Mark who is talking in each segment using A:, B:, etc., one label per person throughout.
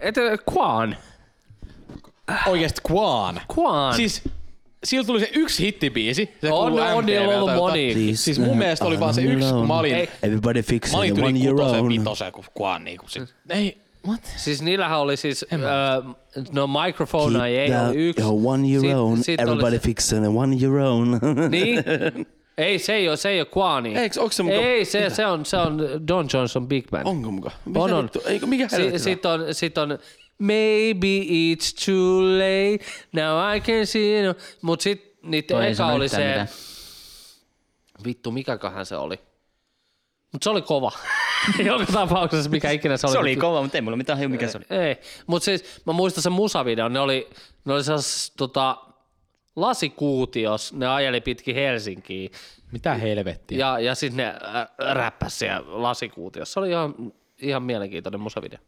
A: Et, Kwan.
B: Oikeesti Kwaan.
A: Kwan.
B: Siis sillä tuli se yksi hittibiisi. Se
A: On,
B: kuuluu
A: on, niillä on
B: MTVltä,
A: ollut
B: jota-
A: moni.
C: Please,
B: Siis mun
C: uh,
B: mielestä oli vaan se
C: I'm
B: yksi, kun mä
C: alone.
B: olin,
A: Ei,
C: Everybody
B: mä
C: fix
B: olin
C: it, one
B: tyyli
C: year
B: kutosen,
C: own.
B: vitosen, kun Kwaan niinku sit. Ei, what?
A: Siis niillähän oli siis, öö, no mikrofona ei
C: Keep
A: ollut
C: that-
A: yksi.
C: your one year
A: Sit-
C: own,
A: sit oli
C: everybody
A: se-
C: fix it, one year own.
A: Niin? Ei, se ei ole, se ei ole Kwani.
B: Eiks, onks se muka-
A: Ei, se, se, on, se on Don Johnson Big Band.
B: Onko muka? Mitä
A: On, on.
B: vittu? Eikö, mikä
A: si-
B: helvetti tää on?
A: sit on, sit on, maybe it's too late, now I can see it. Mut sit niitten
D: Toi ei
A: eka
D: sano
A: oli
D: yhtään
A: se,
D: mitään.
A: vittu, mikäköhän se oli. Mut se oli kova. Joka tapauksessa, mikä ikinä se oli.
D: Se oli
A: mut-
D: kova, mutta ei mulla mitään hajua, mikä se oli.
A: Ei, mutta siis mä muistan sen musavideon, ne oli, ne oli sellaisessa tota, lasikuutios, ne ajeli pitkin Helsinkiä
B: Mitä helvettiä?
A: ja, ja sitten ne äh, räppäsi siellä lasikuutiossa. Se oli ihan, ihan mielenkiintoinen musavideo.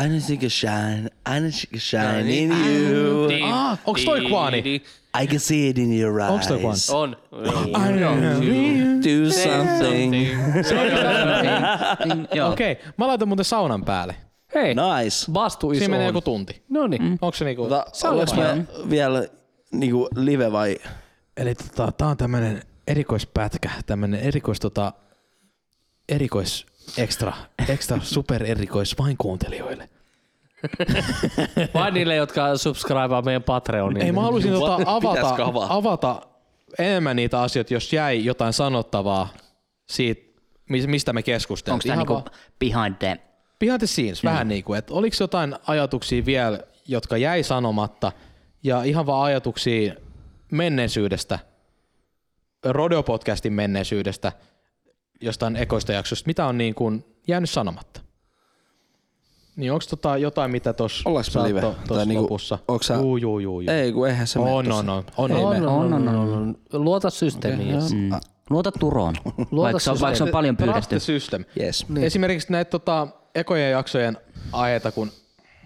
C: I don't think I shine, I don't think I shine in you.
A: Niin,
B: Ah, onks toi Kwani?
A: Di- di-
C: I can see it in your
B: Onks toi
C: eyes.
B: Kwan?
A: niin, On.
C: Do Oh, something.
D: Joo.
B: Okei, okay. mä laitan muuten saunan päälle.
A: Hei,
C: Nice.
A: vastu is
B: Siinä menee
A: on.
B: joku tunti.
A: No niin.
B: Onko se niinku...
C: Siis Tota, Ollaanko me vielä niinku live vai?
B: Eli tota, tää on tämmönen erikoispätkä, tämmönen erikois tota, erikois extra, extra super erikois vain kuuntelijoille.
A: Vain niille, jotka subscribaa meidän Patreoniin.
B: Ei mä haluaisin tota, avata,
C: Pitäisikö avata?
B: avata enemmän niitä asioita, jos jäi jotain sanottavaa siitä, mis- mistä me
D: Onko
B: keskusteltiin.
D: tää
B: Ihan
D: niinku
B: vaan-
D: behind the...
B: behind the scenes, vähän niin kuin, että oliko jotain ajatuksia vielä, jotka jäi sanomatta, ja ihan vaan ajatuksia menneisyydestä, Rodeo-podcastin menneisyydestä, jostain ekoista jaksosta, mitä on niin kuin jäänyt sanomatta? Niin onko tota jotain, mitä tuossa
C: Ollaanko me live? Tai
B: tuossa
C: niinku,
B: lopussa?
C: onks sä-
B: Juu, juu, juu, juu.
C: Ei, kun eihän se mene
B: On,
C: tossa.
B: on, on, on,
A: On,
B: live.
A: on, on, on, on, on. Luota systeemiin. Okay,
D: Mm. Luota Turoon, vaikka se on, vaikka se on paljon pyydetty.
B: Trust the system.
C: Yes.
B: Niin. Esimerkiksi näitä tota, ekojen jaksojen aiheita, kun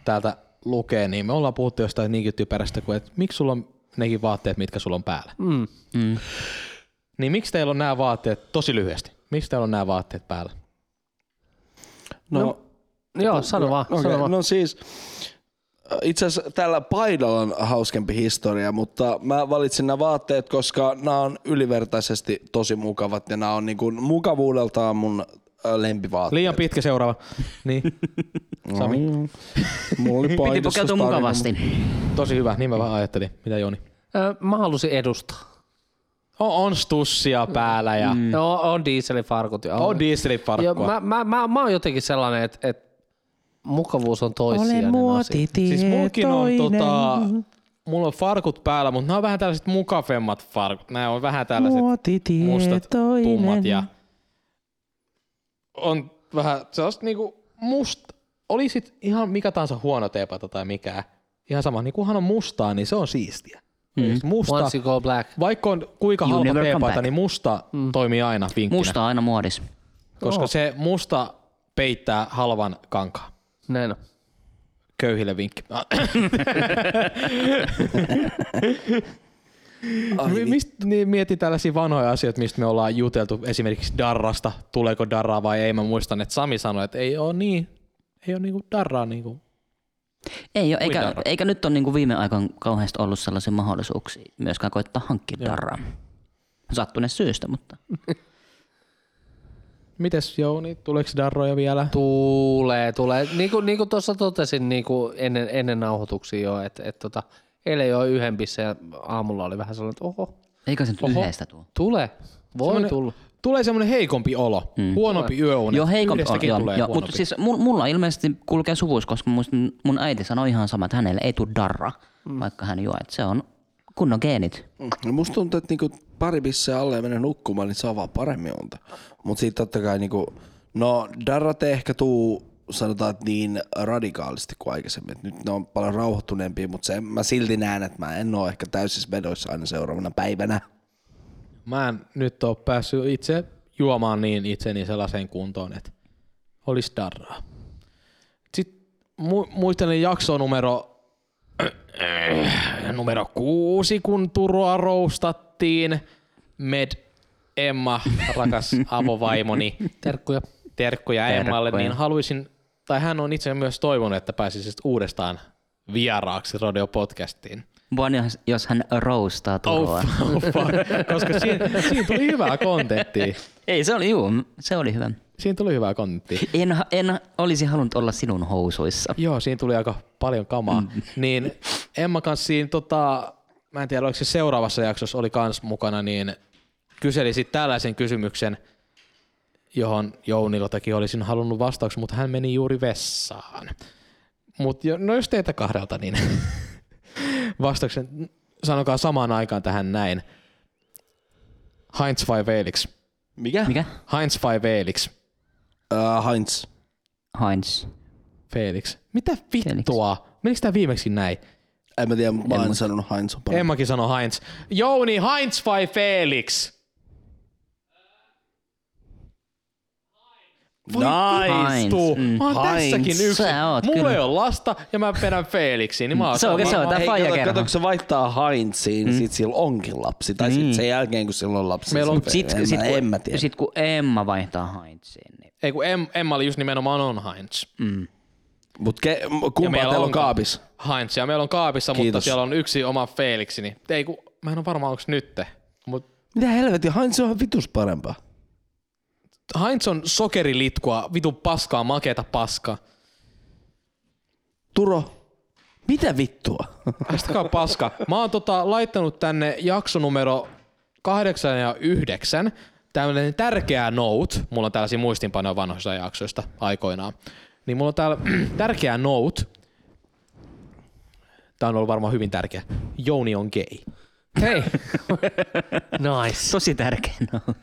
B: täältä lukee, niin me ollaan puhuttu jostain niinkin typerästä kuin, että miksi sulla on nekin vaatteet, mitkä sulla on päällä. Mm. Mm. Niin miksi teillä on nämä vaatteet, tosi lyhyesti, miksi teillä on nämä vaatteet päällä?
C: No,
A: Joo, sano vaan.
C: Okei,
A: sano vaan.
C: no siis äh, itse asiassa tällä paidalla on hauskempi historia, mutta mä valitsin nämä vaatteet, koska nämä on ylivertaisesti tosi mukavat ja nämä on niin kuin mukavuudeltaan mun äh, lempivaatteet.
B: Liian pitkä seuraava. Niin, Sami,
C: Mulla oli
D: Piti
C: paidassa
D: pukeutua
C: tarina,
D: mukavasti.
B: tosi hyvä, niin mä vähän ajattelin. Mitä Joni?
A: Ö, Mä halusin edustaa.
B: On, on stussia päällä ja mm.
A: Mm. No, on dieselifarkut. Ja
B: on
A: ja
B: dieselifarkkua.
A: mä, mä, mä, mä oon jotenkin sellainen, että et mukavuus on toissijainen asia.
B: Siis mullakin on tota, mulla on farkut päällä, mutta nämä on vähän tällaiset mukavemmat farkut. Nämä on vähän tällaiset mustat, tummat ja on vähän sellaista niinku musta. Oli sit ihan mikä tahansa huono teepata tai mikä. Ihan sama, niin kunhan on mustaa, niin se on siistiä. Mm. Musta,
A: Once you go black.
B: vaikka on kuinka
D: You
B: halpa
D: never come
B: teepaita,
D: back.
B: niin musta mm. toimii aina vinkkinä. Musta.
D: Musta on aina muodis.
B: Koska se musta peittää halvan kankaan.
A: Näin on.
B: Köyhille vinkki. Ah,
C: Ai
B: Mi-
C: vittu.
B: mist, niin mietin tällaisia vanhoja asioita, mistä me ollaan juteltu esimerkiksi Darrasta, tuleeko Darraa vai ei. Mä muistan, että Sami sanoi, että ei ole niin, ei ole niinku Darraa niinku.
D: Ei oo, eikä,
B: darra.
D: eikä nyt ole niinku viime aikoina kauheasti ollut sellaisia mahdollisuuksia myöskään koittaa hankkia darraa. Sattuneesta syystä, mutta
B: Mites Jouni, tuleeko Darroja vielä?
A: Tulee, tulee. Niin kuin, niin kuin tuossa totesin niin kuin ennen, ennen nauhoituksia jo, että et, tota, eilen jo yhden bissen ja aamulla oli vähän sellainen, että oho,
D: eikö se nyt yhdestä tuo?
A: tule, voi
B: Semmonen-
A: tulla.
B: Tulee semmoinen heikompi olo, mm. huonompi yöuni.
D: Joo, heikompi on,
B: Yhdestäkin
D: joo,
B: tulee
D: joo,
B: huonompi.
D: mutta siis mu- mulla ilmeisesti kulkee suvuus, koska mun, mun äiti sanoi ihan sama, että hänelle ei tule darra, mm. vaikka hän juo, että se on kunnon geenit.
C: No musta tuntuu, että niinku pari bisseä alle ja menen nukkumaan, niin saa vaan paremmin unta. Mutta sitten totta kai, niinku, no darrat ei ehkä tuu sanotaan, että niin radikaalisti kuin aikaisemmin. Et nyt ne on paljon rauhoittuneempia, mutta se, mä silti näen, että mä en ole ehkä täysissä vedoissa aina seuraavana päivänä.
B: Mä en nyt ole päässyt itse juomaan niin itseni sellaiseen kuntoon, että olisi darraa. Sitten mu- muistelin jakso numero, numero kuusi, kun Turoa roustattiin. Med Emma, rakas avovaimoni.
A: Terkkuja.
B: Terkkuja, Emmalle,
D: Terkkuja.
B: niin haluaisin tai hän on itse myös toivonut, että pääsisi uudestaan vieraaksi Rodeo-podcastiin.
D: Vaan jos, jos hän roustaa Turuaan.
B: Oh, fuck, oh, fuck. Koska siinä, siinä tuli hyvää kontenttia.
D: Ei, se oli, juu, se oli hyvä.
B: Siinä tuli hyvää kontenttia.
D: En, ha- en olisi halunnut olla sinun housuissa.
B: Joo, siinä tuli aika paljon kamaa. Mm. Niin Emma kanssa siinä, tota, mä en tiedä oliko se seuraavassa jaksossa oli kans mukana, niin kyseli sitten tällaisen kysymyksen, johon Jouniltakin olisin halunnut vastauksen, mutta hän meni juuri vessaan. Mut jo, no jos teitä kahdelta, niin vastauksen sanokaa samaan aikaan tähän näin. Heinz vai Felix?
C: Mikä?
D: Mikä?
B: Heinz vai Felix?
C: Äh, Heinz.
D: Heinz.
B: Felix. Mitä vittua? Menikö tämä viimeksi näin?
C: En mä tiedä, mutta mä en sanonut Heinz on parempi.
B: Emmakin sanoi Heinz. Jouni, Heinz vai Felix? Voi
D: Heinz.
B: naistu.
D: Mm.
B: Mä oon
C: Heinz.
B: tässäkin yksin.
D: Sä oot
B: Mulla
D: kyllä.
B: ei ole lasta ja mä vedän Felixiin. Niin mä oon
D: Se on, se on tämä
C: Hei, kato,
D: faijakerho.
C: kato, kun se vaihtaa Heinziin, mm. sit sillä onkin lapsi. Tai sit sen jälkeen, kun sillä on lapsi. Meillä on
D: Sit,
C: en,
D: sit,
C: mä, en mä tiedä.
D: kun, sit kun Emma vaihtaa Heinziin, niin
B: Ei kun em, Emma oli just nimenomaan on Heinz.
D: Mm.
C: Mut ke, m- kumpaa teillä on kaapis?
B: Heinz ja meillä on kaapissa, mutta
C: Kiitos.
B: siellä on yksi oma Felixi. Niin, ei kun, mä en ole varma onko nytte. Mut
C: Mitä helvetin, Heinz on vitus parempaa.
B: Heinz on sokerilitkua, vitu paskaa, makeeta paskaa.
C: Turo, mitä vittua?
B: Pistäkää paska. Mä oon tota, laittanut tänne jaksonumero 8 ja 9. Tämmöinen tärkeä note. Mulla on tällaisia muistinpanoja vanhoista jaksoista aikoinaan. Niin mulla on täällä tärkeä note. Tää on ollut varmaan hyvin tärkeä. Jouni on gay.
A: Hei. nice.
D: tosi tärkeä note.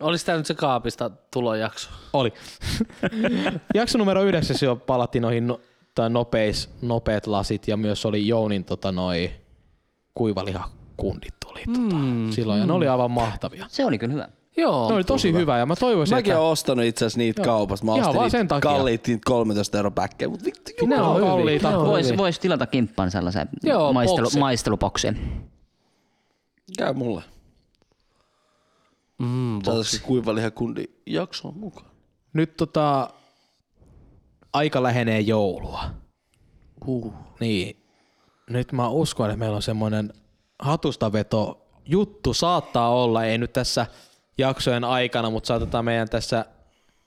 A: Olis tää nyt se kaapista tulojakso?
B: Oli. Jakso numero yhdeksäs jo palattiin noihin no, tai nopeis, nopeat lasit ja myös oli Jounin tota, noi, kuivalihakundit tuli tota, silloin ja ne oli aivan mahtavia.
D: Se oli kyllä hyvä.
A: Joo.
B: Ne oli tosi hyvä ja mä toivoisin,
C: Mäkin
B: että
C: oon ostanut itse asiassa niitä kaupasta. Mä
B: Ihan
C: ostin
B: vaan
C: niitä
B: sen takia.
C: kalliit niitä 13 euro päkkejä, mut vittu jumala.
A: Ne on
B: Joo,
A: hyviä.
B: kalliita.
A: Ne on
D: Voisi
A: hyviä.
D: vois tilata kimppaan sellaisen
A: Joo,
D: maistelu,
A: boksi.
D: maisteluboksin.
C: Käy mulle. Mm, Saataisiko kuivalihakundi jaksoon mukaan?
B: nyt tota, aika lähenee joulua.
C: Uh.
B: Niin. Nyt mä uskon, että meillä on semmoinen hatustaveto juttu saattaa olla, ei nyt tässä jaksojen aikana, mutta saatetaan meidän tässä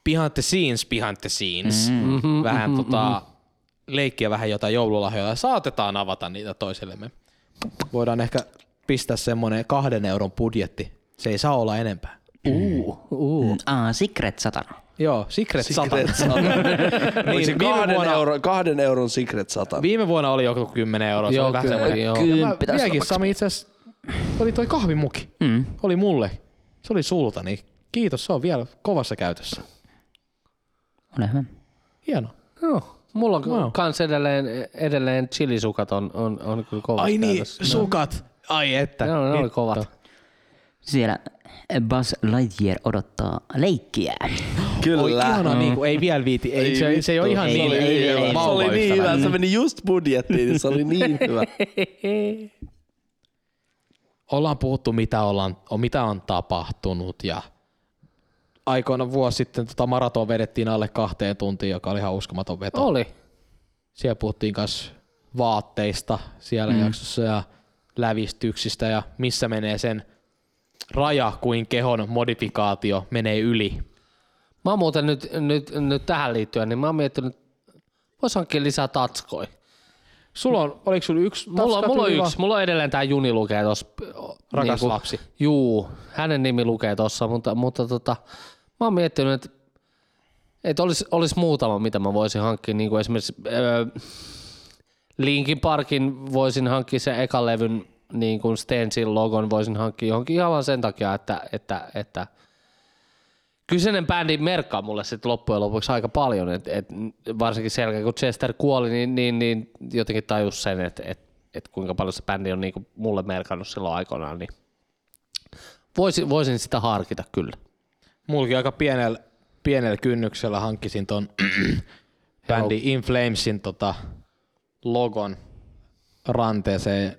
B: behind the scenes, behind the scenes. Mm-hmm, vähän mm-hmm, tota, leikkiä vähän jotain joululahjoja ja saatetaan avata niitä toisillemme. Voidaan ehkä pistää semmoinen kahden euron budjetti. Se ei saa olla enempää.
D: Uh. Ah, Secret satana.
B: Joo, Secret, Secret.
C: Secret sata. niin, se
B: viime
C: kahden,
B: vuonna-
C: euro, kahden euron secret sata.
B: Viime vuonna oli joku 10 euroa. se
A: Joo,
B: oli vähän
A: kyllä,
B: semmoinen.
A: joo.
B: Ja mä
D: Kymppi taisi
B: vieläkin, Sami itse asiassa, oli toi kahvimuki. Mm. Oli mulle. Se oli sulta, niin kiitos, se on vielä kovassa käytössä.
D: Ole hyvä.
B: Hieno.
A: Joo. Mulla on wow. kans edelleen, edelleen chilisukat on, on, on kyllä kovat käytössä.
B: niin, sukat. Ai että.
A: Ne, on, ne oli kovat.
D: Siellä Buzz Lightyear odottaa leikkiä.
B: Oi,
A: Mm.
B: ihanaa, niin kuin, ei vielä viiti. Ei, se, se ei ole ihan
C: se
B: niin.
C: oli
D: ei,
C: niin
D: ei,
C: hyvä.
D: ei,
C: Se oli
B: vauvaystävä.
C: niin hyvä, se meni just budjettiin, niin se oli niin hyvä.
B: Ollaan puhuttu, mitä, ollaan, o- mitä on tapahtunut ja aikoina vuosi sitten tota maraton vedettiin alle kahteen tuntiin, joka oli ihan uskomaton veto.
A: Oli.
B: siellä puhuttiin myös vaatteista siellä mm. jaksossa ja lävistyksistä ja missä menee sen raja, kuin kehon modifikaatio menee yli.
A: Mä oon muuten nyt, nyt, nyt tähän liittyen, niin mä oon miettinyt, vois hankkia lisää tatskoja.
B: Sulla on, oliko sulla yksi
A: Mulla,
B: taska
A: mulla on
B: tuli
A: yksi, mulla on edelleen tää Juni lukee tossa. niinku-
B: Rakas lapsi.
A: Juu, hänen nimi lukee tossa, mutta, mutta tota, mä oon miettinyt, että et olisi olis muutama, mitä mä voisin hankkia. Niin kuin esimerkiksi öö, Linkin Parkin voisin hankkia sen ekan levyn niin kuin Stensin logon voisin hankkia johonkin ihan vaan sen takia, että, että, että kyseinen bändi merkkaa mulle sitten loppujen lopuksi aika paljon. Et, et varsinkin sen jälkeen, kun Chester kuoli, niin, niin, niin jotenkin tajus sen, että et, et kuinka paljon se bändi on niinku mulle merkannut silloin aikoinaan. Niin voisin, voisin sitä harkita kyllä.
B: Mullakin aika pienellä, pienellä kynnyksellä hankkisin ton bändi In Flamesin tota logon ranteeseen.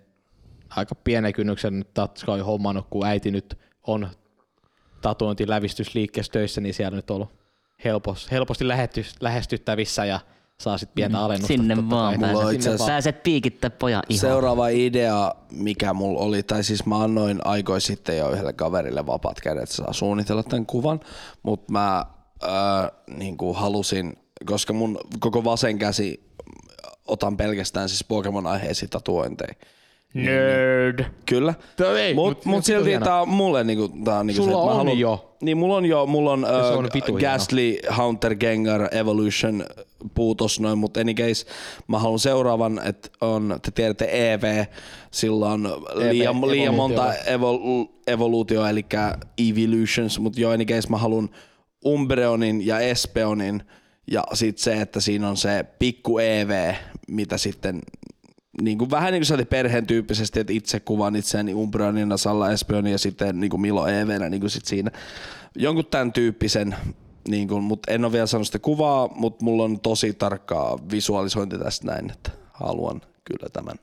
B: Aika pienen kynnyksen nyt tatskoi hommannut, kun äiti nyt on tatuointilävistysliikkeessä töissä, niin siellä nyt ollut helpos, helposti lähety, lähestyttävissä ja saa sitten pientä alennusta.
D: Sinne
B: totta
D: vaan
B: kai.
C: Mulla on
D: pääset,
C: itse asiassa-
D: pääset piikittää pojan ihoon.
C: Seuraava idea, mikä mulla oli, tai siis mä annoin aikoi sitten jo yhdelle kaverille vapaat kädet, että se saa suunnitella tämän kuvan, mutta mä äh, niin kuin halusin, koska mun koko vasen käsi otan pelkästään siis Pokemon-aiheisia tatuointeja.
B: Nerd.
C: Kyllä,
B: Tää ei,
C: mutta
B: mut-
C: mut,
B: mut
C: mut
B: se on
C: silti
B: hienoa.
C: tää on mulle niinku, tää on niinku
B: Sulla
C: se, että mä
B: on
C: haluan-
B: jo.
C: Niin mulla on jo, mulla on,
B: se
C: ö,
B: on vitu hieno.
C: Ghastly, Hunter, Gengar, Evolution, puutos noin, mutta any case, mä haluan seuraavan, että on, te tiedätte EV, sillä on
B: E
C: liian, liian monta evol, evoluutioa, eli Evolutions, mutta jo any case mä haluan Umbreonin ja Espeonin, ja sitten se, että siinä on se pikku EV, mitä sitten niin kuin, vähän niin kuin se oli perheen tyyppisesti, että itse kuvaan itseäni Umbreonina, Salla Espionin ja sitten niin kuin Milo Evenä niin kuin sit siinä. Jonkun tämän tyyppisen, niin kuin, mutta en ole vielä saanut sitä kuvaa, mutta mulla on tosi tarkkaa visualisointi tästä näin, että haluan kyllä tämän.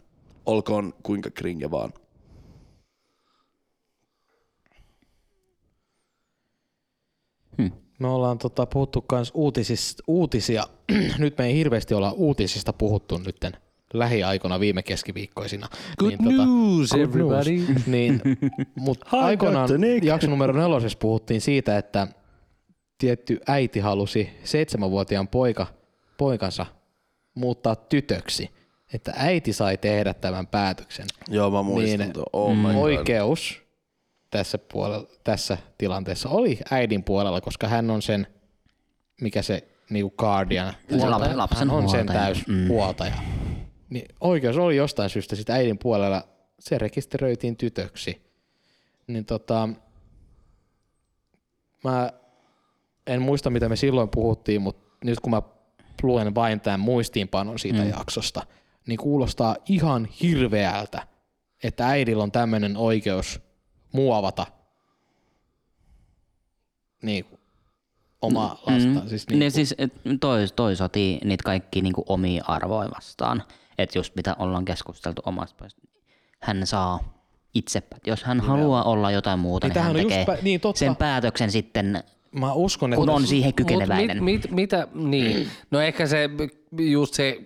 C: Olkoon kuinka kringe vaan.
B: Me ollaan tota, puhuttu myös uutisista, uutisia. nyt me ei hirveästi olla uutisista puhuttu nytten lähiaikoina viime keskiviikkoisina. Niin tota, Good
A: news, everybody.
B: News. niin, mutta aikoinaan jakson numero nelosessa puhuttiin siitä, että tietty äiti halusi seitsemänvuotiaan poika, poikansa muuttaa tytöksi. Että äiti sai tehdä tämän päätöksen.
C: Joo, mä muistan.
B: Niin,
C: tuon. oh
D: Mm.
C: my God.
B: Oikeus tässä, puolella, tässä tilanteessa oli äidin puolella, koska hän on sen, mikä se niinku guardian, huoltaja,
D: lapsen
B: hän on sen
D: huoltaja. Mm.
B: täys huoltaja. Niin oikeus oli jostain syystä sitä äidin puolella, se rekisteröitiin tytöksi. Niin tota, mä en muista mitä me silloin puhuttiin, mutta nyt kun mä luen vain tämän muistiinpanon siitä mm. jaksosta, niin kuulostaa ihan hirveältä, että äidillä on tämmöinen oikeus muovata niin kuin, omaa lastaan. Siis niin
D: Niin, siis et, toi, toi sotii niitä kaikki niinku omia arvoja vastaan. Että just mitä ollaan keskusteltu omasta puolesta. Hän saa itse, jos hän haluaa olla jotain muuta, niin,
B: tämähän
D: hän
B: on just
D: tekee
B: pä- niin, totta.
D: sen päätöksen sitten,
B: mä uskon, että
D: kun on siihen
A: Mut
D: kykeneväinen.
A: Mit, mit, mitä, niin. No ehkä se just se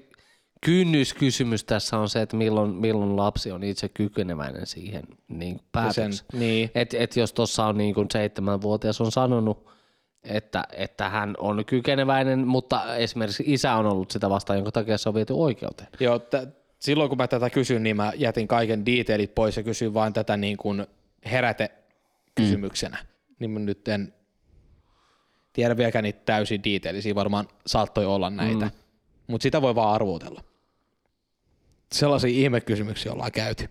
A: kynnyskysymys tässä on se, että milloin, milloin lapsi on itse kykeneväinen siihen niin päätökseen.
B: niin.
A: Et, et jos tuossa on niin kuin seitsemänvuotias on sanonut, että, että hän on kykeneväinen, mutta esimerkiksi isä on ollut sitä vastaan, jonka takia se on viety oikeuteen.
B: Joo, t- silloin kun mä tätä kysyn, niin mä jätin kaiken detailit pois ja kysyin vain tätä niin kuin herätekysymyksenä. Mm. Niin mä nyt en tiedä vieläkään niitä täysin detailisia, varmaan saattoi olla näitä. Mm. Mutta sitä voi vaan arvuutella. Sellaisia ihmekysymyksiä ollaan käyty.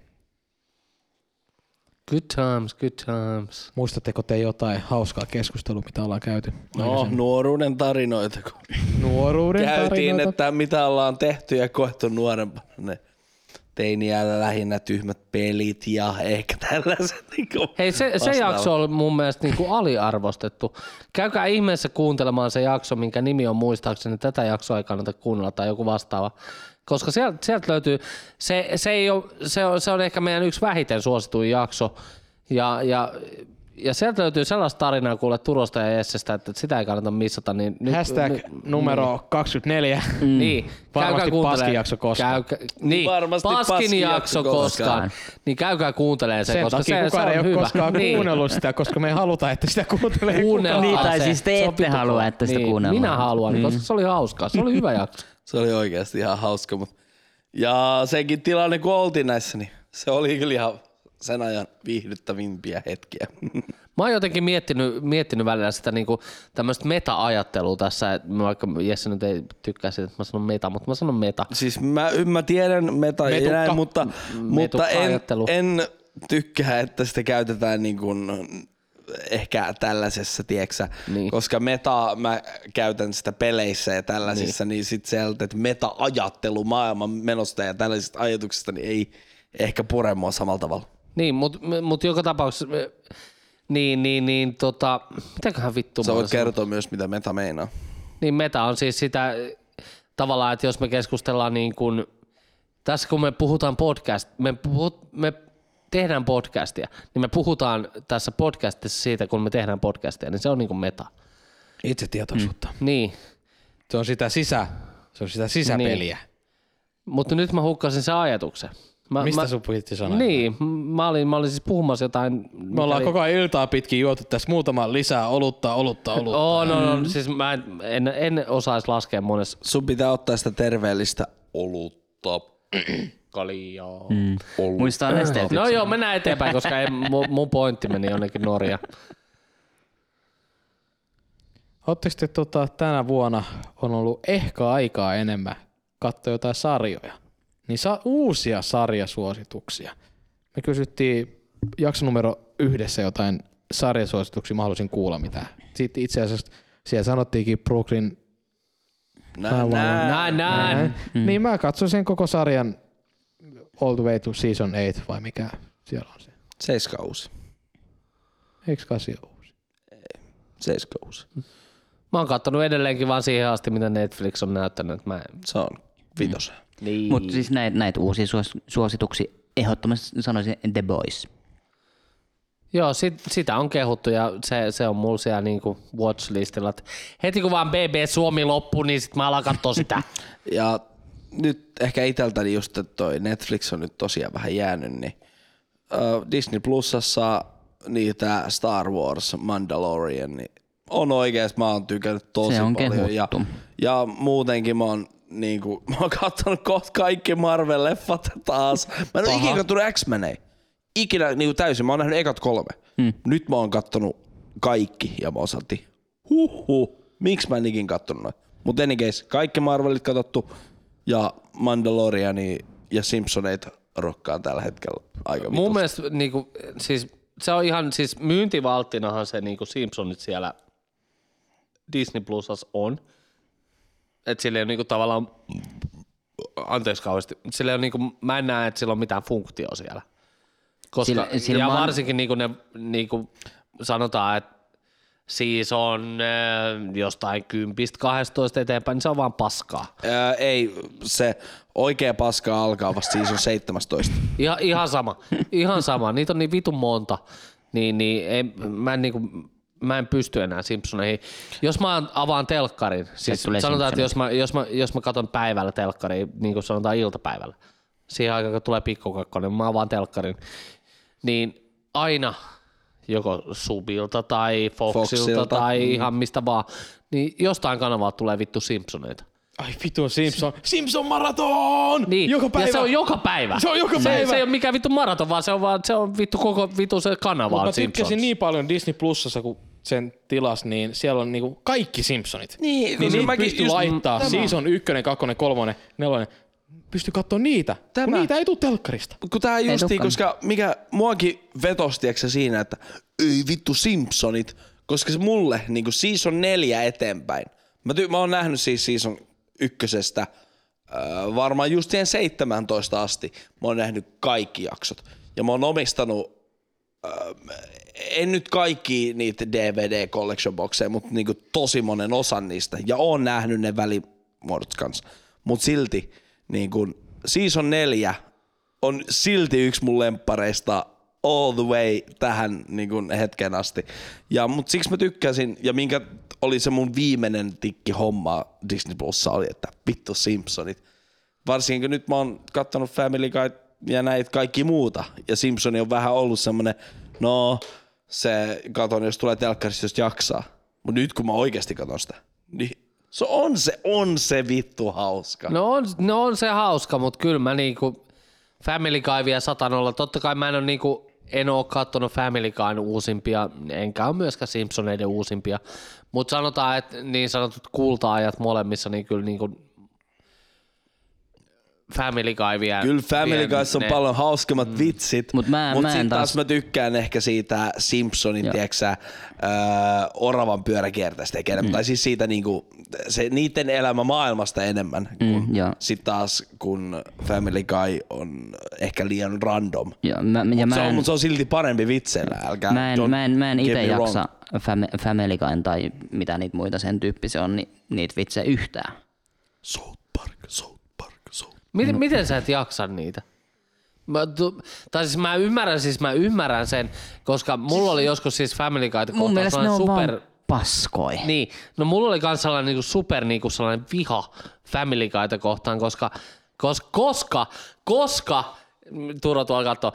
A: Good times, good times.
B: Muistatteko te jotain hauskaa keskustelua, mitä ollaan käyty?
C: No, nuoruuden tarinoita, kun
B: Nuoruuden
C: käytiin,
B: tarinoita.
C: että mitä ollaan tehty ja koettu nuorempana. Ne teiniällä lähinnä tyhmät pelit ja ehkä tällaiset. Niin kuin
A: Hei, se, se
C: vastaavat.
A: jakso oli mun mielestä niin kuin aliarvostettu. Käykää ihmeessä kuuntelemaan se jakso, minkä nimi on muistaakseni. Tätä jaksoa ei kannata kuunnella tai joku vastaava. Koska sieltä, sieltä löytyy, se, se, ei ole, se, on, se on ehkä meidän yksi vähiten suosituin jakso. Ja, ja, ja sieltä löytyy sellaista tarinaa kuule Turosta ja Jessestä, että sitä ei kannata missata. Niin nyt,
B: Hashtag
A: nyt-
B: numero 24.
A: niin,
B: Varmasti
A: käykää kuuntelee-
B: paskin jakso koskaan.
A: Käykää, niin,
C: Varmasti
A: paskin,
C: paskin
A: jakso
C: jakso
A: koskaan.
C: koskaan.
A: Niin käykää kuuntelee sen,
B: Sen
A: koska
B: takia
A: se,
B: kukaan
A: se on
B: ei ole
A: hyvä.
B: koskaan
A: niin.
B: kuunnellut sitä, koska me ei haluta, että sitä kuuntelee
A: kuunnellaan
D: Niin, tai
A: se.
D: siis te
A: Se on
D: ette
A: vittu
D: halua,
A: kova.
D: että sitä
A: niin,
D: kuunnellaan.
A: Minä haluan, mm. koska se oli hauskaa. Se oli hyvä jakso.
C: Se oli oikeasti ihan hauska. Mutta... Ja senkin tilanne, kun oltiin näissä, niin se oli kyllä ihan sen ajan viihdyttävimpiä hetkiä.
A: Mä oon jotenkin miettinyt, miettinyt välillä sitä niinku, tämmöistä meta-ajattelua tässä, et vaikka Jesse nyt ei tykkää siitä, että mä sanon meta, mutta mä sanon meta.
C: siis mä, mä tiedän meta ja
B: Metukka.
C: näin, mutta, mutta en,
A: ajattelu.
C: en, tykkää, että sitä käytetään niin kuin ehkä tällaisessa, tieksä,
A: Niin.
C: niin. koska meta, mä käytän sitä peleissä ja tällaisissa, niin, niin sit sieltä, että meta-ajattelu maailman menosta ja tällaisista ajatuksista, niin ei ehkä pure mua samalla tavalla.
A: Niin, mutta mut joka tapauksessa, me- niin, niin, niin tota, mitäköhän vittu
C: Sä
A: mä
C: voit
A: olisin-
C: kertoa myös, mitä meta meinaa.
A: Niin meta on siis sitä eh, tavallaan, että jos me keskustellaan niin kuin, tässä kun me puhutaan podcast, me, puhut, me tehdään podcastia, niin me puhutaan tässä podcastissa siitä, kun me tehdään podcastia, niin se on niin kuin meta.
B: Itsetietoisuutta. Mm.
A: Niin.
B: Se on sitä sisä, se on sitä sisäpeliä. Niin.
A: Mutta nyt mä hukkasin sen ajatuksen. Mä,
B: Mistä
A: mä,
B: sun piti sanoa?
A: Niin, m- mä olin, mä olin siis puhumassa jotain.
B: Me ollaan koko ajan iltaa pitkin juotu tässä muutama lisää olutta, olutta, olutta.
A: Oh, no, no, siis mä en, en, en osaisi laskea monessa.
C: Sun pitää ottaa sitä terveellistä olutta.
A: Kaljaa.
C: Ollut.
D: Muistaa nesteet.
A: No joo, mennään eteenpäin, koska en, mu- mun pointti meni jonnekin Norja.
B: Oletteko te tota, tänä vuonna on ollut ehkä aikaa enemmän katsoa jotain sarjoja? Niin saa uusia sarjasuosituksia. Me kysyttiin jakson numero yhdessä jotain sarjasuosituksia, mä haluaisin kuulla mitään. Sitten itse asiassa siellä sanottiinkin Brooklyn
C: Nää, nää.
A: Näin, näin.
B: Mm. Niin mä katson sen koko sarjan All the way to season 8 vai mikä siellä on se.
C: Seiskausi.
B: Eikö kasi ole uusi?
C: Seiskausi.
A: Mä oon kattonut edelleenkin vaan siihen asti, mitä Netflix on näyttänyt. Mä en...
C: Se on vitosen.
A: Niin.
D: Mutta siis näitä näit uusia suos, suosituksia ehdottomasti sanoisin The Boys.
A: Joo, sit, sitä on kehuttu ja se, se on mulla siellä niinku watchlistilla. Et heti kun vaan BB Suomi loppuu, niin sit mä alan katsoa sitä.
C: Ja nyt ehkä iteltäni just, että toi Netflix on nyt tosiaan vähän jäänyt, niin ö, Disney Plusassa niitä Star Wars Mandalorian, niin on oikeesti, mä oon tykännyt tosi
D: Se on
C: paljon. Ja,
D: kehuttu.
C: ja muutenkin mä oon niinku, mä oon kattonut kohta kaikki Marvel-leffat taas. Mä en oo ikinä kattonut X-Menei. Ikinä niinku täysin. Mä oon nähnyt ekat kolme. Hmm. Nyt mä oon kattonut kaikki ja mä osalti. Huhhuh. Miksi mä en ikinä kattonut noin? Mut any case, kaikki Marvelit katsottu ja Mandaloriani ja Simpsoneita rokkaa tällä hetkellä aika
A: Mun
C: vitusti.
A: mielestä niinku, siis, se on ihan siis myyntivalttinahan se niinku Simpsonit siellä Disney Plusas on. Et sillä ei ole niinku tavallaan, anteeksi kauheasti, sillä ei ole niinku, mä en näe, että sillä on mitään funktio siellä. Koska, sillä,
D: Sillä-
A: sillä
D: sillä
A: ja
D: mä oon-
A: varsinkin niinku ne, niinku sanotaan, että siis on äh, jostain 10-12 eteenpäin, niin se on vaan paskaa.
C: Ää, ei, se oikea paska alkaa vasta season 17.
A: Ihan, ihan sama. Ihan sama. Niitä on niin vitun monta. Niin, niin ei, mä, en, niinku, mä en pysty enää Simpsoneihin. Jos mä avaan telkkarin, siis
D: tulee
A: sanotaan, että jos mä, jos, mä, jos mä katson päivällä telkkarin, niin kuin sanotaan iltapäivällä, siihen aikaan kun tulee pikkukakkonen, mä avaan telkkarin, niin aina joko Subilta tai Foxilta, Foxilta.
C: Foxilta.
A: tai mm. ihan mistä vaan, niin jostain kanavalta tulee vittu Simpsoneita.
B: Ai vitun Simpson. Simpson maraton!
A: Niin.
B: Joka päivä.
A: Ja se on joka päivä.
B: Se on joka
A: Se,
B: päivä.
A: se ei ole mikään vittu maraton, vaan se on, vaan, se on vittu koko vittu se kanava
B: Mut
A: on
B: mä tykkäsin
A: Simpsons.
B: niin paljon Disney Plusassa, kun sen tilas, niin siellä on niinku kaikki Simpsonit.
C: Niin,
B: niin
C: koska
B: niitä
C: mäkin
B: pystyy
C: just-
B: laittaa. Tämä. Season 1, 2, 3, 4. Pystyy katsoa niitä, tämä. kun
C: Tämä.
B: niitä ei tule telkkarista.
C: Kun tää justiin,
D: tukkaan.
C: koska mikä muakin vetosi tiiäksä, siinä, että ei vittu Simpsonit, koska se mulle niin kuin season neljä eteenpäin. Mä, ty- mä oon nähnyt siis season ykkösestä öö, varmaan just siihen 17 asti. Mä oon nähnyt kaikki jaksot. Ja mä oon omistanut en nyt kaikki niitä DVD collection boxeja, mutta niinku tosi monen osan niistä. Ja oon nähnyt ne välimuodot kanssa. Mut silti niinku, season 4 on silti yksi mun lemppareista all the way tähän niinku hetken asti. Ja, mut siksi mä tykkäsin, ja minkä oli se mun viimeinen tikki homma Disney Plussa oli, että vittu Simpsonit. Varsinkin kun nyt mä oon kattonut Family Guide ja näitä kaikki muuta. Ja Simpsoni on vähän ollut semmonen, no se katon, jos tulee telkkarista, jos jaksaa. Mut nyt kun mä oikeasti katon sitä, niin se on se, on se vittu hauska.
A: No on, no on se hauska, mutta kyllä mä niinku Family Guy vielä satanolla. Totta kai mä en ole niinku, en oo kattonut Family Guyn uusimpia, enkä ole myöskään Simpsoneiden uusimpia. Mutta sanotaan, että niin sanotut kulta-ajat molemmissa, niin kyllä niinku Family Guy vielä.
C: Kyllä Family
A: vielä
C: Guys on
A: ne-
C: paljon hauskemmat mm. vitsit,
D: Mut mä-
C: mut
D: mä en
C: sit taas...
D: taas-
C: mä tykkään ehkä siitä Simpsonin, tiedäksä, äh, oravan pyöräkiertästä ehkä enemmän. Mm. Tai siis siitä niinku, se, niiden elämä maailmasta enemmän, kuin
D: Mm, joo.
C: sitten taas kun Family Guy on ehkä liian random.
D: Ja mä, ja
C: Mut
D: mä
C: se, on,
D: en,
C: mut se on silti parempi vitseillä, älkää
D: mä en,
C: don't
D: mä en, mä en
C: get
D: itse
C: me wrong.
D: jaksa fam, Family Guyn tai mitä niitä muita sen tyyppisiä on, niin niitä vitsejä yhtään.
C: South Park, South Park, South
A: Miten,
D: Mm.
A: no. miten sä et jaksa niitä? Mä, tu, tai siis mä ymmärrän, siis mä ymmärrän sen, koska mulla oli joskus siis Family Guide kohtaan
D: mielestä ne
A: sellainen
D: on
A: super,
D: vaan- paskoi.
A: Niin, no mulla oli kans sellainen niinku super niinku sellainen viha Family Guyta kohtaan, koska, koska, koska, koska, Turo tuolla katsoo,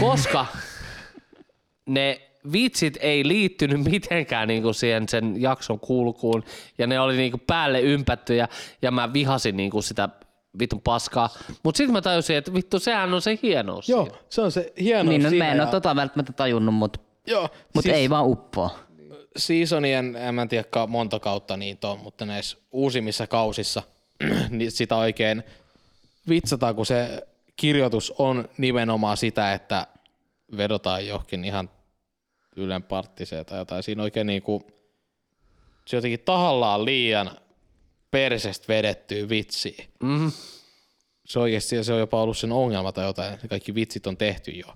A: koska ne vitsit ei liittynyt mitenkään niinku siihen sen jakson kulkuun ja ne oli niinku päälle ympättyjä ja mä vihasin niinku sitä vitun paskaa. Mut sitten mä tajusin, että vittu sehän on se hienous.
B: Joo, se on se hieno
D: Niin, no,
B: siinä
D: mä en
B: ja-
D: ole tota välttämättä tajunnut, mutta
B: Joo,
D: mut siis... ei vaan uppoa.
B: seasonien, en mä tiedä ka- monta kautta niitä on, mutta näissä uusimmissa kausissa niin sitä oikein vitsataan, kun se kirjoitus on nimenomaan sitä, että vedotaan johonkin ihan ylen parttiseen tai jotain. Siinä oikein niinku, se jotenkin tahallaan liian persestä vedettyä vitsiä. Mm-hmm. Se, oikeasti, se on jopa ollut sen ongelma tai jotain. Kaikki vitsit on tehty jo.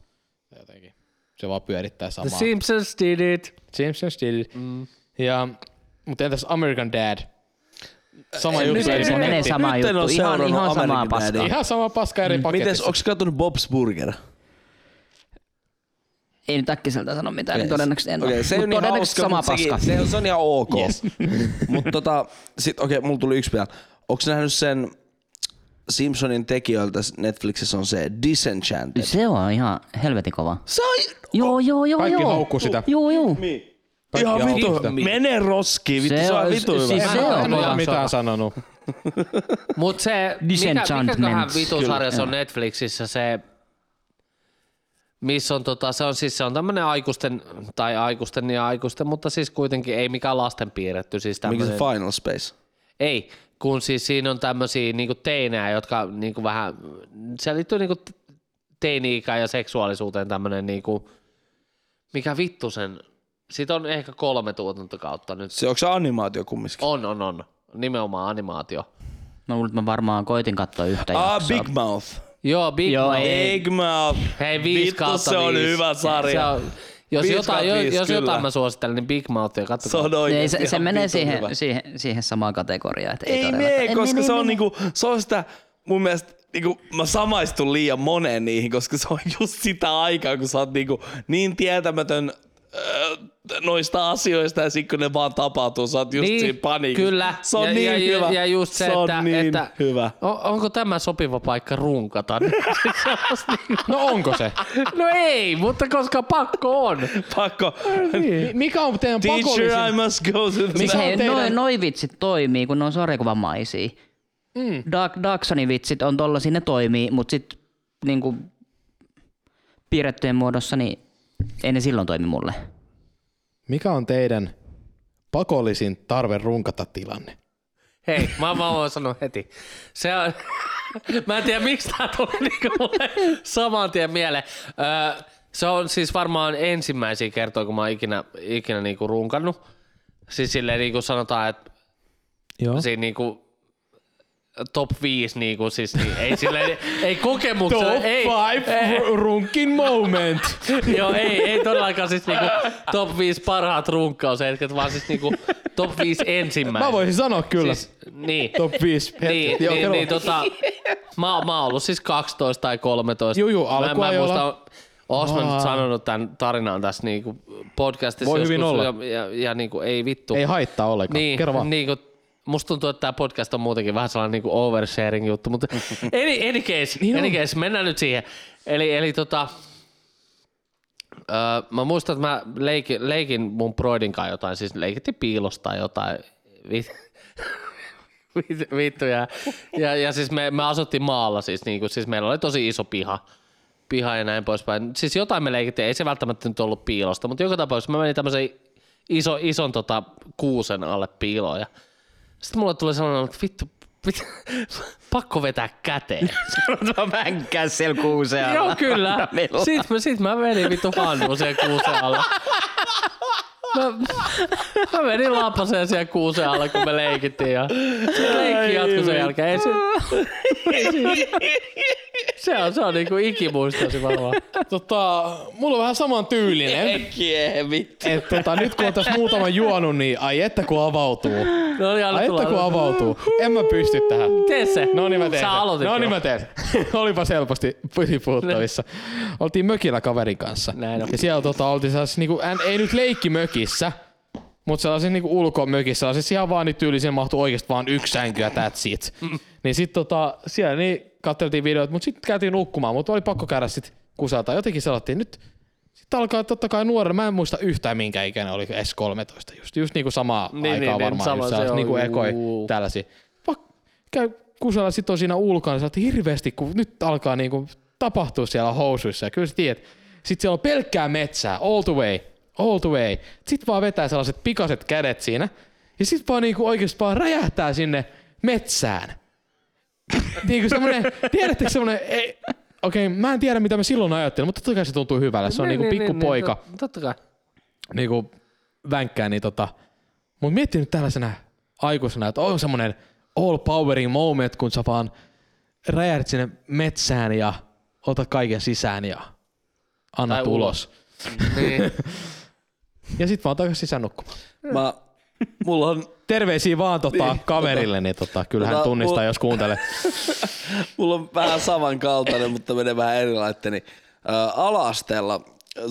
B: Jotenkin. Se vaan pyörittää
A: The
B: samaa.
A: Simpsons did it.
B: Simpsons did it. Mm. Ja, mutta entäs American Dad? Sama juttu.
D: Se,
B: eri
D: se menee
B: paketti.
D: sama
C: Nyt en oo
D: juttu. Ihan,
C: seurannut
D: ihan
C: American
D: samaa
C: Dadia.
D: paskaa.
B: Ihan sama paska eri
C: Mites,
B: paketissa.
C: onks katsonut Bob's Burger?
D: Ei nyt äkkiseltä sano mitään, niin todennäköisesti en
C: Okei,
D: ole.
C: se ei ole
D: Mut
C: niin
D: todennäköisesti
C: hauska,
D: sama
C: mut sekin-
D: paska.
C: Se, on- se on ihan ok.
B: Yes.
C: mutta tota, sit okei, mulla tuli yksi vielä. Onks nähnyt sen Simpsonin tekijöiltä Netflixissä on se Disenchanted?
D: Se on ihan helvetin kova.
C: Se on
D: Joo, joo, joo,
B: Kaikki
D: joo.
B: haukkuu sitä.
D: Joo, joo.
C: Niin.
B: Kaikki
C: ihan
B: haukkuu
C: vitu,
B: sitä.
C: mene roskiin, vittu,
D: Se
C: se, on
D: on-
C: vitu hyvä.
D: siis-
B: En
D: se
B: mä
D: on
B: en ole
A: kova.
B: mitään sanonut.
A: Mut se, mikä,
D: Disenchantment.
A: mikäköhän vitun
D: Kyllä,
A: sarja se on
D: joo.
A: Netflixissä se, missä on tota, se on siis se on tämmönen aikuisten, tai aikuisten ja aikuisten, mutta siis kuitenkin ei mikään lasten piirretty. Siis
C: Mikä se
A: tämmönen,
C: Final Space?
A: ei, kun siis siinä on tämmösiä niinku teinejä, jotka niinku vähän, se liittyy niinku teini-ikään ja seksuaalisuuteen tämmönen niinku, mikä vittu sen, sit on ehkä kolme tuotantokautta nyt.
C: Se onko se animaatio kumminkin?
A: On, on, on. Nimenomaan animaatio.
D: Mä luulen, että mä varmaan koitin katsoa yhtä
C: Ah,
D: jaksoa.
C: Big Mouth.
A: Joo, Big
D: Joo,
A: Mouth.
D: ei.
C: Big Mouth.
A: No Hei, viisi
C: Vittu,
A: kautta
C: se on
A: viisi.
C: hyvä sarja.
A: Se on, jos,
C: Viisi
A: jotain,
C: kautta
A: jo-
C: viisi,
A: jos
C: kyllä.
A: jotain mä suosittelen, niin Big Mouth ja
C: Se
A: katsokaa.
C: on
D: Ei,
C: oikeesti
D: se, se
C: ihan
D: menee
C: vitun
D: siihen,
C: hyvä.
D: siihen, siihen samaan kategoriaan. Että ei niin,
C: Ei
D: todella-
C: mene, koska
D: mene,
C: se on
D: mene.
C: niinku, se on sitä mun mielestä Niinku, mä samaistun liian moneen niihin, koska se on just sitä aikaa, kun sä oot niinku, niin tietämätön öö, noista asioista ja sitten kun ne vaan tapahtuu, sä oot just
A: Niin,
C: siinä paniikissa.
A: kyllä.
C: Se on
A: ja,
C: niin
A: ja, ja-
C: hyvä.
A: Ja just se,
C: se on
A: että,
C: niin
A: että
C: hyvä.
A: On, onko tämä sopiva paikka runkata? Se on niin-
B: No onko se?
A: no ei, mutta koska pakko on.
C: Pakko.
B: Mi- Mikä on teidän
C: Teacher, I
B: pakollisin?
C: must go to the...
B: Mikä
D: Hei,
B: on teidän-
D: noin, noi vitsit toimii, kun ne on sarjakuvamaisia. Mm. Dark, Darksonin vitsit on tollasia, ne toimii, mutta sit niinku, piirrettyjen muodossa, niin ei ne silloin toimi mulle.
B: Mikä on teidän pakollisin tarve runkata tilanne?
A: Hei, mä, mä voin sanoa heti. Se on, mä en tiedä, miksi tää tuli niinku mulle saman tien mieleen. Öö, se on siis varmaan ensimmäisiä kertoja, kun mä oon ikinä, ikinä niinku runkannut. Siis silleen niinku sanotaan, että
B: Joo.
A: siinä niinku top 5 niinku siis niin, ei silleen, ei kokemuksella, ei,
B: five runkin moment.
A: joo, ei, ei todellakaan siis niinku top 5 parhaat runkkaushetket, vaan siis niinku top 5 ensimmäiset.
B: Mä voisin sanoa kyllä.
A: Siis, niin.
B: Top 5
A: Niin,
B: hetket. Joo,
A: niin,
B: kerro.
A: niin tota, mä, mä oon ollut siis 12 tai 13.
B: Juu, juu,
A: Mä, mä
B: alkuajolla.
A: muista, oos mä nyt sanonut tämän tarinan tässä niinku podcastissa.
B: Voi hyvin
A: joskus,
B: olla.
A: Ja, ja, ja niinku, ei vittu.
B: Ei haittaa ollenkaan.
A: Niin,
B: Kerro vaan.
A: Niin, kun, musta tuntuu, että tämä podcast on muutenkin vähän sellainen niin oversharing juttu, mutta any, any, case,
B: Niin
A: any
B: on.
A: case, mennään nyt siihen. Eli, eli tota, öö, mä muistan, että mä leikin, leikin mun broidin kanssa jotain, siis leikittiin piilosta jotain vit, vit, vittuja. Ja, ja siis me, me asuttiin maalla, siis, niin kuin, siis meillä oli tosi iso piha piha ja näin poispäin. Siis jotain me leikittiin, ei se välttämättä nyt ollut piilosta, mutta joka tapauksessa mä menin tämmöisen iso, ison tota, kuusen alle piiloon. Ja sitten mulle tuli sellainen, että vittu, vittu pakko vetää käteen.
D: Mä vänkään siellä kuuseen
A: Joo, kyllä. Sitten mä, sit mä menin vittu hannuun siellä kuusen alla. Mä, mä menin lapaseen siellä kuusen alla, kun me leikittiin. Ja se leikki jatkui sen jälkeen. Ei se, ei se, se on, se on niinku ikimuistosi varmaan.
B: Tota, mulla on vähän saman tyylinen.
C: Kie, vittu.
B: Et, tota, nyt kun on tässä muutaman juonut, niin ai että kun avautuu.
A: No niin, anna
B: Ai että
A: tulla.
B: kun avautuu. En mä pysty tähän.
A: Tee se.
B: No niin mä teen
A: Mm. Sä
B: sen.
A: aloitit
B: No
A: jo.
B: niin mä teen sen. Olipas helposti pysy puhuttavissa. Oltiin mökillä kaverin kanssa.
A: Näin on.
B: Ja siellä tota, oltiin sellaisessa, niinku, hän ei nyt leikki mökissä, Mutta sellaisessa niinku ulkomökissä, sellaisessa ihan vaan niitä tyyliin, siihen mahtui oikeasti vaan yksi sänky ja that's it.
A: Mm.
B: niin sit tota, siellä niin katseltiin videoita, mutta sitten käytiin nukkumaan, mutta oli pakko käydä sit kusalta. Jotenkin sanottiin, nyt sitten alkaa totta kai nuorena, mä en muista yhtään minkä ikäinen oli S13 just, just niinku samaa
A: Niin,
B: niin, aikaa
A: niin, niin,
B: niin, varmaan,
A: sama
B: just
A: se
B: sellaista
A: on,
B: niinku
A: juu.
B: ekoi tällaisia. Pak, käy kusella sit on siinä ulkona, sä oot hirveästi, kun nyt alkaa niinku tapahtua siellä housuissa, ja kyllä sä tiedät. Sitten siellä on pelkkää metsää, all the way, all the way. Sitten vaan vetää sellaiset pikaset kädet siinä, ja sitten vaan niinku oikeasti vaan räjähtää sinne metsään niinku semmonen, tiedättekö semmonen, ei, okei, mä en tiedä mitä mä silloin ajattelin, mutta totta kai se tuntuu hyvälle. Se on niinku pikkupoika,
A: Niin, totta kai.
B: niinku vänkkää, niin tota. Mut mietti nyt tällaisena aikuisena, että on semmonen all powering moment, kun sä vaan räjähdät sinne metsään ja ota kaiken sisään ja
A: Tai
B: annat ulos.
A: Niin.
B: Ja sit vaan takaisin sisään nukkumaan.
C: Mä, mulla on
B: Terveisiä vaan tota, kaverille, niin tota, kyllähän
C: Tota,
B: tunnistaa,
C: mul-
B: jos kuuntelee.
C: Mulla on vähän samankaltainen, mutta menee vähän erilainen. Niin, ää, alasteella,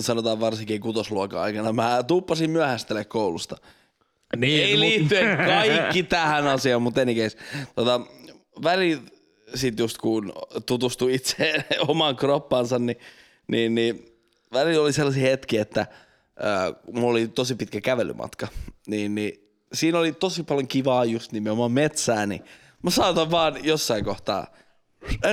C: sanotaan varsinkin kutosluokan aikana, mä tuppasin myöhästele koulusta. Niin, Ei liittyen kaikki tähän asiaan, mutta enikeis. Tota, väli sit just kun tutustui itse omaan kroppansa, niin, niin, niin välillä oli sellaisia hetkiä, että äh, mulla oli tosi pitkä kävelymatka, niin, niin siinä oli tosi paljon kivaa just nimenomaan metsää, niin mä saatan vaan jossain kohtaa,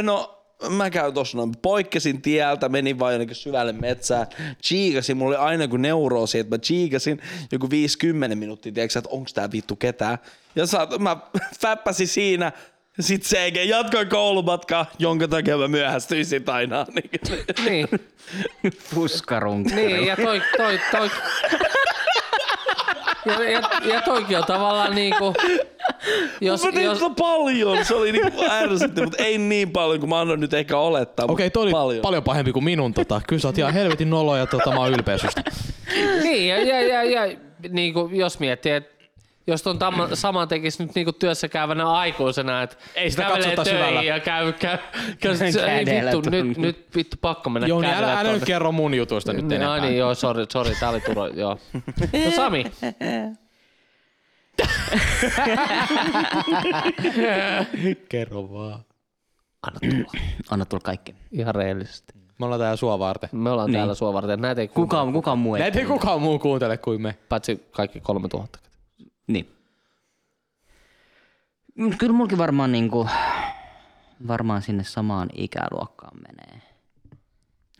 C: no mä käyn tossa noin, poikkesin tieltä, menin vaan jonnekin syvälle metsään, chiikasin, mulla oli aina kun neuroosi, että mä chiikasin joku 50 minuuttia, tiedätkö sä, että onks tää vittu ketään, ja saat, mä fäppäsin siinä, sitten se eikä jatkoi koulumatkaa, jonka takia mä myöhästyin sit aina. Niin.
A: niin.
D: Puskarunkkari.
A: Niin, ja toi, toi, toi. Ja, ja, ja toikin on tavallaan niinku, jos,
C: Jos, mä tein
A: jos,
C: jos... paljon, se oli niinku ärsytti, mutta ei niin paljon kuin mä annan nyt ehkä olettaa.
B: Okei,
C: mut
B: toi oli
C: paljon.
B: paljon. paljon pahempi kuin minun. Tota. Kyllä sä oot ihan helvetin nolo ja tota, mä oon ylpeä susta.
A: niin, ja, ja, ja, ja niinku, jos miettii, että jos ton tamma, sama tekisi nyt niinku työssä käyvänä aikuisena, että
B: Ei sitä
A: kävelee
B: katsota
A: töihin
B: syvällä.
A: ja käy, käy, käy, käy ei
D: Kädellä
A: vittu,
D: tuonne.
A: nyt, nyt vittu pakko mennä
B: Joo, niin
A: kädellä
B: älä, älä nyt
A: tuonne.
B: kerro mun jutuista nyt enempää.
A: No niin, joo, sori, sori, tää oli Turo, joo. No Sami,
B: Kerro vaan.
A: anna tulla,
D: Anna tulla kaikki.
A: ihan rehellisesti.
B: Me ollaan täällä sua varten.
A: Me ollaan niin. täällä sua varten, näitä ei kukaan,
D: Kuka, kuka muu ei?
B: Näitä ei kukaan muu kuuntele kuin me.
A: paitsi kaikki 3000.
D: Niin. Mut Kyllä mulkin varmaan, niinku, varmaan sinne samaan ikäluokkaan menee.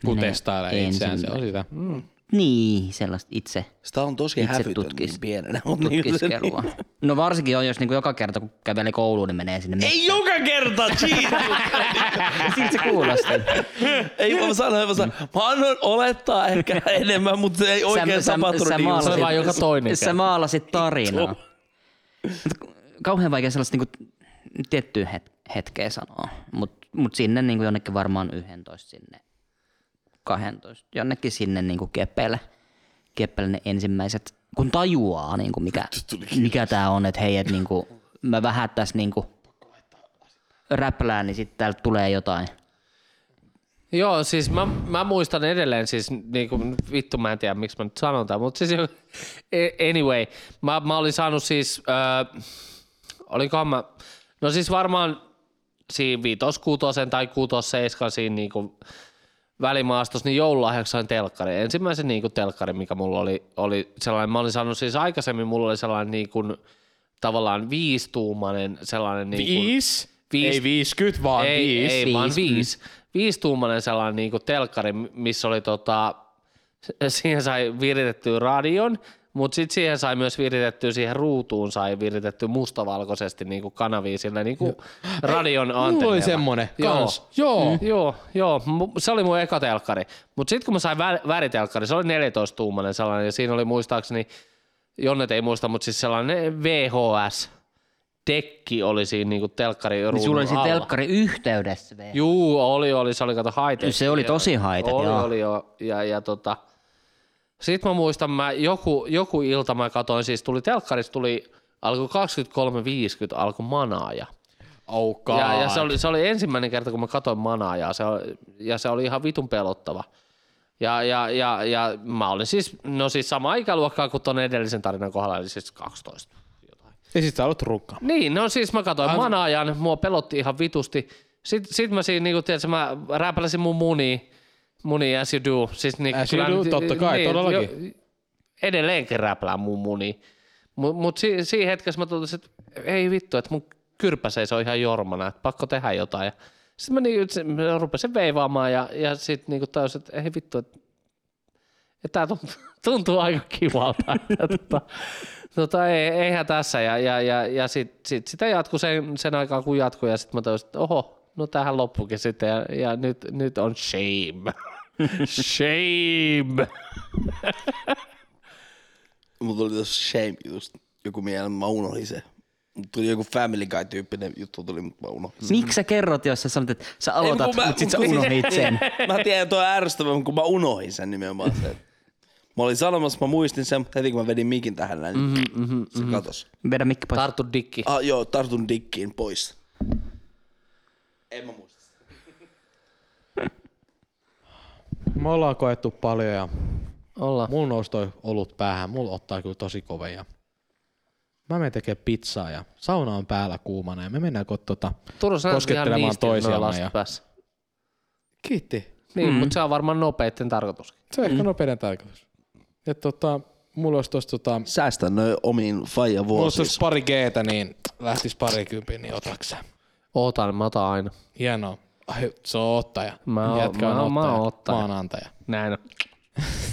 B: Kun
D: Menee
B: testailee itseään, se on sitä.
A: Mm.
D: Niin, sellaista itse
C: Sitä on tosi
D: Itse
C: hävytön
D: tutkis-
C: niin pienenä. mut niinku se-
D: tutkiskelua. No varsinkin on, jos niinku joka kerta kun kävelee kouluun, niin menee sinne.
C: Ei joka kerta, Jesus.
D: Siltä se kuulostaa.
C: ei mä sanoin, mä sanoin, mä annan olettaa ehkä enemmän, mutta ei oikein
D: sä-
C: tapahtunut.
D: sä
C: niin kuin
A: Se
D: maalasit-
A: on vaan joka toinen
D: Sä
A: kerta.
D: maalasit tarinaa. Mut Kauhean vaikea sellaista niinku tiettyä het- hetkeä sanoa, mutta mut sinne niinku jonnekin varmaan 11 sinne 12, jonnekin sinne niinku kepeille, kepeille ne ensimmäiset, kun tajuaa niinku mikä, mikä tää on, että hei, et niinku, mä vähän tässä niinku räplään, niin sitten täältä tulee jotain.
A: Joo, siis mä, mä muistan edelleen, siis niinku, vittu mä en tiedä miksi mä nyt sanon tämän, mutta siis e- anyway, mä, mä olin saanut siis, öö, olikohan mä, no siis varmaan siinä viitos, kuutosen tai kuutos, seiskan siinä niinku välimaastossa, niin joululahjaksi sain telkkari. Ensimmäisen niinku telkkari, mikä mulla oli, oli sellainen, mä olin saanut siis aikaisemmin, mulla oli sellainen niinku, tavallaan viistuumainen sellainen niinku,
B: Viis?
A: Viis.
B: Ei 50, vaan
A: ei,
B: viis.
A: Ei,
D: Viis,
A: vaan
D: mm.
A: viisi. Viisituumainen sellainen niinku telkkari, missä oli tota, s- siihen sai viritettyä radion, mutta sitten siihen sai myös viritettyä siihen ruutuun, sai viritetty mustavalkoisesti niinku kanavia sillä niinku radion
B: Mulla
A: antenneilla.
B: oli semmonen
A: Joo.
B: kans. Joo.
A: Mm. Joo, joo, mu- se oli mun eka telkkari. Mutta sitten kun mä sain vä- väritelkkari, se oli 14-tuumainen sellainen, ja siinä oli muistaakseni, Jonnet ei muista, mutta siis sellainen VHS, dekki oli siinä niinku telkkari
D: Niin sulla oli se
A: alla.
D: telkkari yhteydessä. vielä.
A: Juu, oli, oli, se oli, kato, haite.
D: Se oli tosi haite,
A: Oli,
D: joo.
A: oli, joo. Ja, ja tota, sitten mä muistan, mä joku, joku ilta mä katsoin, siis tuli telkkarissa, tuli, alkoi 23.50, alkoi manaaja.
B: Oh god.
A: Ja, ja se, oli, se oli ensimmäinen kerta, kun mä katsoin manaajaa, se, oli- ja se oli ihan vitun pelottava. Ja, ja, ja, ja mä olin siis, no siis sama ikäluokkaa kuin tuon edellisen tarinan kohdalla, eli siis 12.
B: Ja sit sä olet rukka.
A: Niin, no siis mä katsoin An... manaajan, mua pelotti ihan vitusti. Sitten sit mä siinä, niinku, tiedätkö, mä räpäläsin mun muni, muni as you do. Siis, niinku,
B: As you
A: kyllä
B: do,
A: nyt- niin,
B: totta kai, todellakin.
A: Jo, edelleenkin räplää mun muni. Mutta mut si, siinä hetkessä mä totesin, että ei vittu, että mun kyrpä seisoo ihan jormana, että pakko tehdä jotain. Sitten mä, niinku, se- mä rupesin veivaamaan ja, ja sitten niinku tajusin, että ei vittu, että ja tämä tuntuu, tuntuu aika kivalta. että tota, tota, ei, eihän tässä. Ja, ja, ja, ja sit, sit, sitä jatkuu sen, sen aikaa, kun jatkuu. Ja sitten mä tajusin, että oho, no tähän loppukin sitten. Ja, ja nyt, nyt on shame. shame.
C: Mulla tuli tossa shame just joku mieleen, mä unohdin se. Mut Tuli joku Family Guy-tyyppinen juttu tuli, mutta mä unohdin.
D: Miksi Mm-hmm. sä kerrot, jos sä sanot, että sä
C: Ei,
D: aloitat,
C: kun mä-
D: mutta Mm. sit sä unohdit sen?
C: Mä tiedän, tuo on ärsyttävä, mutta kun mä unohdin sen nimenomaan sen. Mä olin sanomassa, mä muistin sen, mutta heti kun mä vedin mikin tähän näin, niin
D: Mm-hmm,
C: se katos.
D: Vedä mikki pois.
A: Tartu dikki.
C: Ah, joo, tartun dikkiin pois. En mä muista.
B: Me ollaan koettu paljon ja
A: Olla.
B: mulla nousi toi olut päähän. Mulla ottaa kyllä tosi kova ja mä menen tekemään pizzaa ja sauna on päällä kuumana ja me mennään kot tota.
A: Turussa näytti ihan
B: koskettelemaan
A: niisti,
B: toisiamme ja-
A: Ja... Päässä.
B: Kiitti.
A: Niin, mm. mutta se on varmaan nopeitten tarkoituskin.
B: Se on ehkä nopeiden tarkoitus. Ja tota, mulla olisi tossa tota,
C: Säästä noin omiin faija
B: mulla olisi tossa
C: vuosiin.
B: pari Gtä, niin lähtis pari kympin, niin otaksä.
A: Ootan, mä otan aina.
B: Hienoa. Ai, se on ottaja.
A: Mä oon-
B: Jätkä on
A: mä oon- mä oon ottaja.
B: Mä oon antaja.
A: Näin on.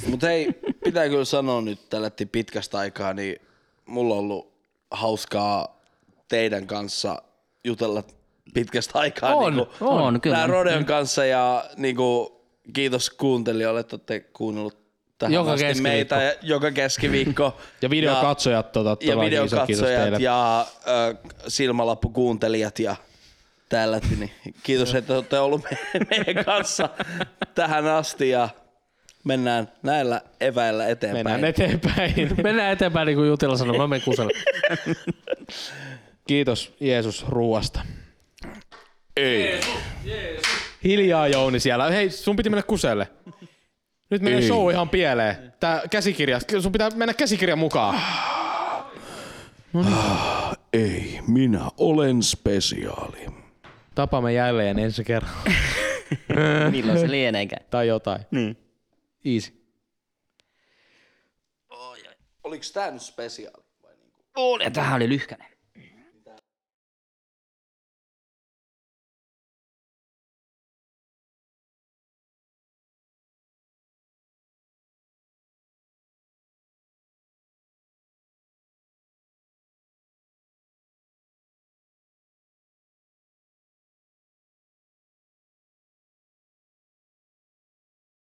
C: No Mut hei, pitää kyllä sanoa nyt tällä pitkästä aikaa, niin mulla on ollut hauskaa teidän kanssa jutella pitkästä aikaa.
A: On,
C: niinku,
D: on, kyllä.
C: Tää Rodeon kanssa ja niinku, kiitos kuuntelijoille, että olette kuunnellut tähän
A: Joka
C: asti
A: keskiviikko.
C: meitä ja, joka keskiviikko.
B: Ja videokatsojat tota,
C: ja
B: todellakin iso kiitos teille.
C: videokatsojat ja ö, silmälappukuuntelijat ja täällä. Niin kiitos, että olette ollut me- meidän kanssa tähän asti ja mennään näillä eväillä eteenpäin.
B: Mennään eteenpäin.
A: Mennään eteenpäin, niin kuin Jutila sanoi. Mä menen kuselle.
B: Kiitos Jeesus ruuasta. Ei. Hiljaa Jouni siellä. Hei, sun piti mennä kuselle. Nyt menee show ihan pieleen. Tää käsikirja. Sun pitää mennä käsikirjan mukaan.
C: Ei, minä olen spesiaali.
B: Tapaamme jälleen ensi kerran.
D: Milloin se lieneekään?
B: tai jotain. Niin. Easy.
C: Oliko tämä nyt spesiaali?
D: Oli, tämähän oli lyhkänen.